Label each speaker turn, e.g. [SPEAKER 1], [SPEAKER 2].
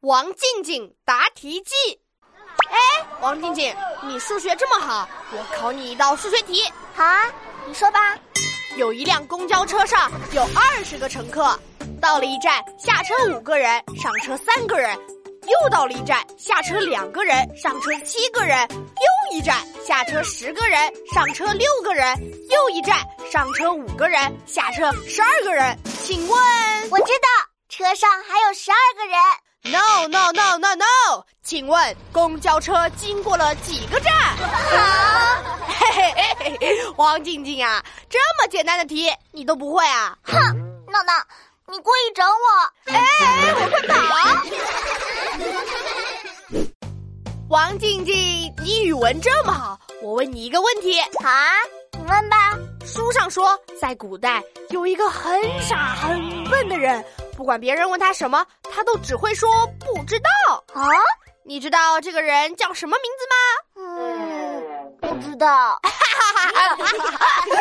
[SPEAKER 1] 王静静答题记。哎，王静静，你数学这么好，我考你一道数学题。
[SPEAKER 2] 好啊，你说吧。
[SPEAKER 1] 有一辆公交车上有二十个乘客，到了一站下车五个人，上车三个人；又到了一站下车两个人，上车七个人；又一站下车十个人，上车六个人；又一站上车五个人，下车十二个人。请问
[SPEAKER 2] 我知道，车上还有十二个人，
[SPEAKER 1] ？No No No No No！请问公交车经过了几个站？嘿嘿嘿嘿，王静静啊，这么简单的题你都不会啊？
[SPEAKER 2] 闹闹，你故意整我。
[SPEAKER 1] 哎，我会跑。王静静，你语文这么好，我问你一个问题：
[SPEAKER 2] 好啊，你问吧。
[SPEAKER 1] 书上说，在古代有一个很傻很笨的人，不管别人问他什么，他都只会说不知道。
[SPEAKER 2] 啊，
[SPEAKER 1] 你知道这个人叫什么名字吗？
[SPEAKER 2] 哎嗯，不知道。